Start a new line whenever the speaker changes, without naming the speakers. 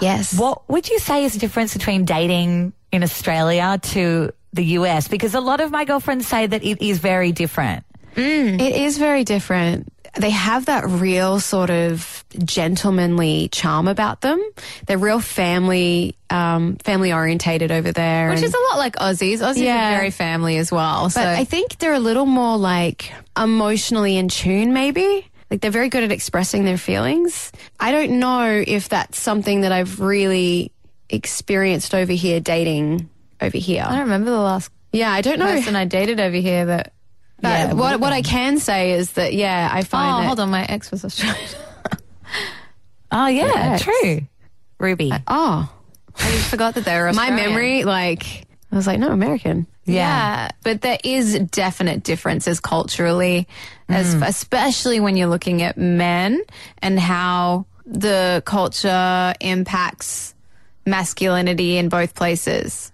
Yes.
What would you say is the difference between dating in Australia to the US? Because a lot of my girlfriends say that it is very different.
Mm.
It is very different. They have that real sort of gentlemanly charm about them. They're real family, um, family orientated over there.
Which
and-
is a lot like Aussies. Aussies
Yeah.
are very family as well. so
but I think they're a little more like emotionally in tune, maybe. Like they're very good at expressing their feelings. I don't know if that's something that I've really experienced over here dating over here.
I don't remember the last
yeah, I don't know.
person I dated over here that.
but
Yeah,
what what I can say is that yeah, I
Oh,
find
hold
that,
on, my ex was Australian.
Oh, yeah,
Yes.
true. Ruby.
oh,
I just forgot that they were
my
Australian.
memory like I was like no American.
Yeah. but there is definite differences culturally, as
Mm.
especially when you're looking at men and how the culture impacts masculinity in both places.